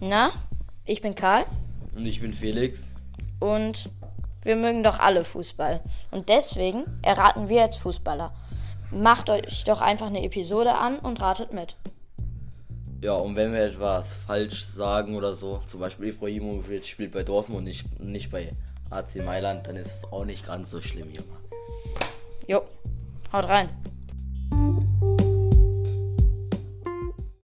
Na, ich bin Karl Und ich bin Felix. und wir mögen doch alle Fußball. Und deswegen erraten wir jetzt Fußballer. Macht euch doch einfach eine Episode an und ratet mit. Ja, und wenn wir etwas falsch sagen oder so, zum Beispiel Ibrahimovic spielt bei Dortmund und nicht, nicht bei AC Mailand, dann ist es auch nicht ganz so schlimm, Junge. Jo, haut rein.